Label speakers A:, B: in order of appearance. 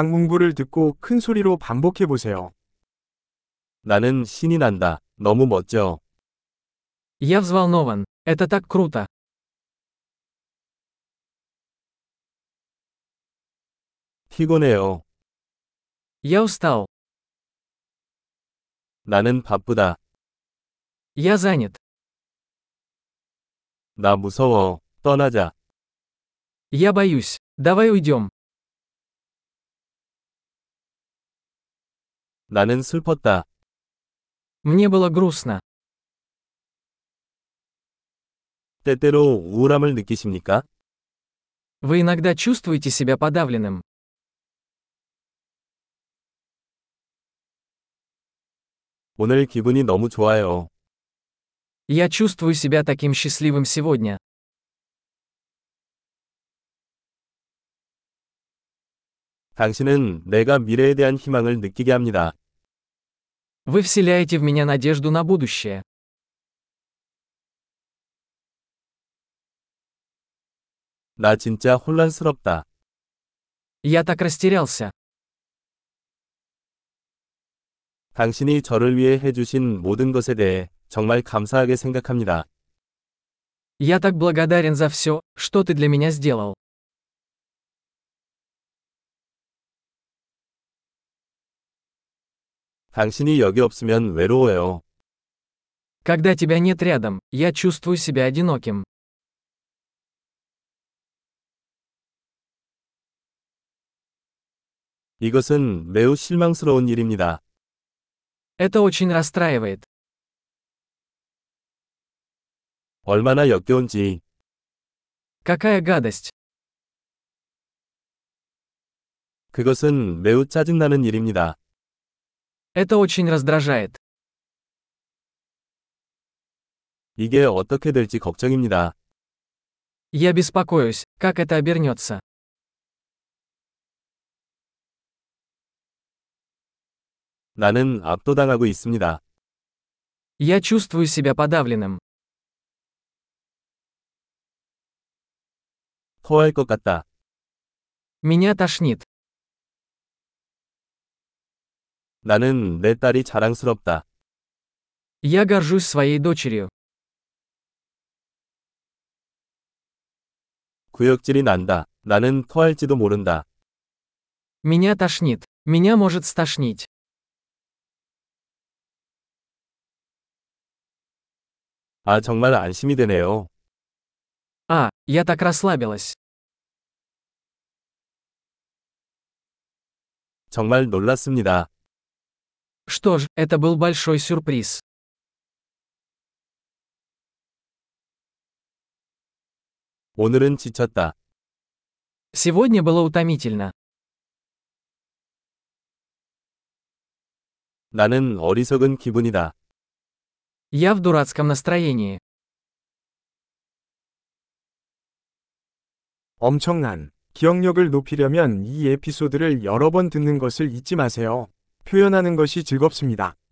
A: 강문부를 듣고 큰 소리로 반복해 보세요.
B: 나는 신이 난다. 너무 멋져.
C: Я взволнован. Это так круто.
B: 피곤해요.
C: Я устал.
B: 나는 바쁘다.
C: Я занят.
B: 나 무서워. 떠나자.
C: Я боюсь. Давай уйдем.
B: 나는 슬펐다.
C: Мне было грустно.
B: 때때로 우울함을 느끼십니까?
C: Вы иногда чувствуете себя подавленным.
B: 오늘 기분이 너무 좋아요.
C: Я чувствую себя таким счастливым сегодня.
B: 당신은 내가 미래에 대한 희망을 느끼게 합니다.
C: Вы вселяете в меня надежду на будущее.
B: 나 진짜 혼란스럽다.
C: Я так растерялся.
B: 당신이 저를 위해 해주신 모든 것에 대해 정말 감사하게 생각합니다.
C: Я так благодарен за все, что ты для меня сделал.
B: 당신이 여기 없으면 외로워요.
C: Когда тебя нет рядом, я чувствую себя одиноким.
B: 이것은 매우 실망스러운 일입니다.
C: Это очень расстраивает.
B: 얼마나 역겨운지.
C: Какая гадость.
B: 그것은 매우 짜증나는 일입니다.
C: Это очень раздражает.
B: 이게 어떻게 될지 걱정입니다.
C: Я беспокоюсь, как это обернется.
B: 나는 압도당하고 있습니다.
C: Я чувствую себя подавленным.
B: 토할 것 같다.
C: Меня тошнит.
B: 나는 내 딸이 자랑스럽다.
C: Я горжусь своей дочерью.
B: 구역질이 난다. 나는 토할지도 모른다.
C: Меня тошнит. Меня может стошнить.
B: 아, 정말 안심이 되네요.
C: А, я так расслабилась.
B: 정말 놀랐습니다.
C: Что ж, это был большой сюрприз.
B: 오늘은 지쳤다.
C: Сегодня было утомительно.
B: 나는 어리석은 기분이다.
C: Я в дурацком настроении.
A: 엄청난 기억력을 높이려면 이 에피소드를 여러 번 듣는 것을 잊지 마세요. 표현하는 것이 즐겁습니다.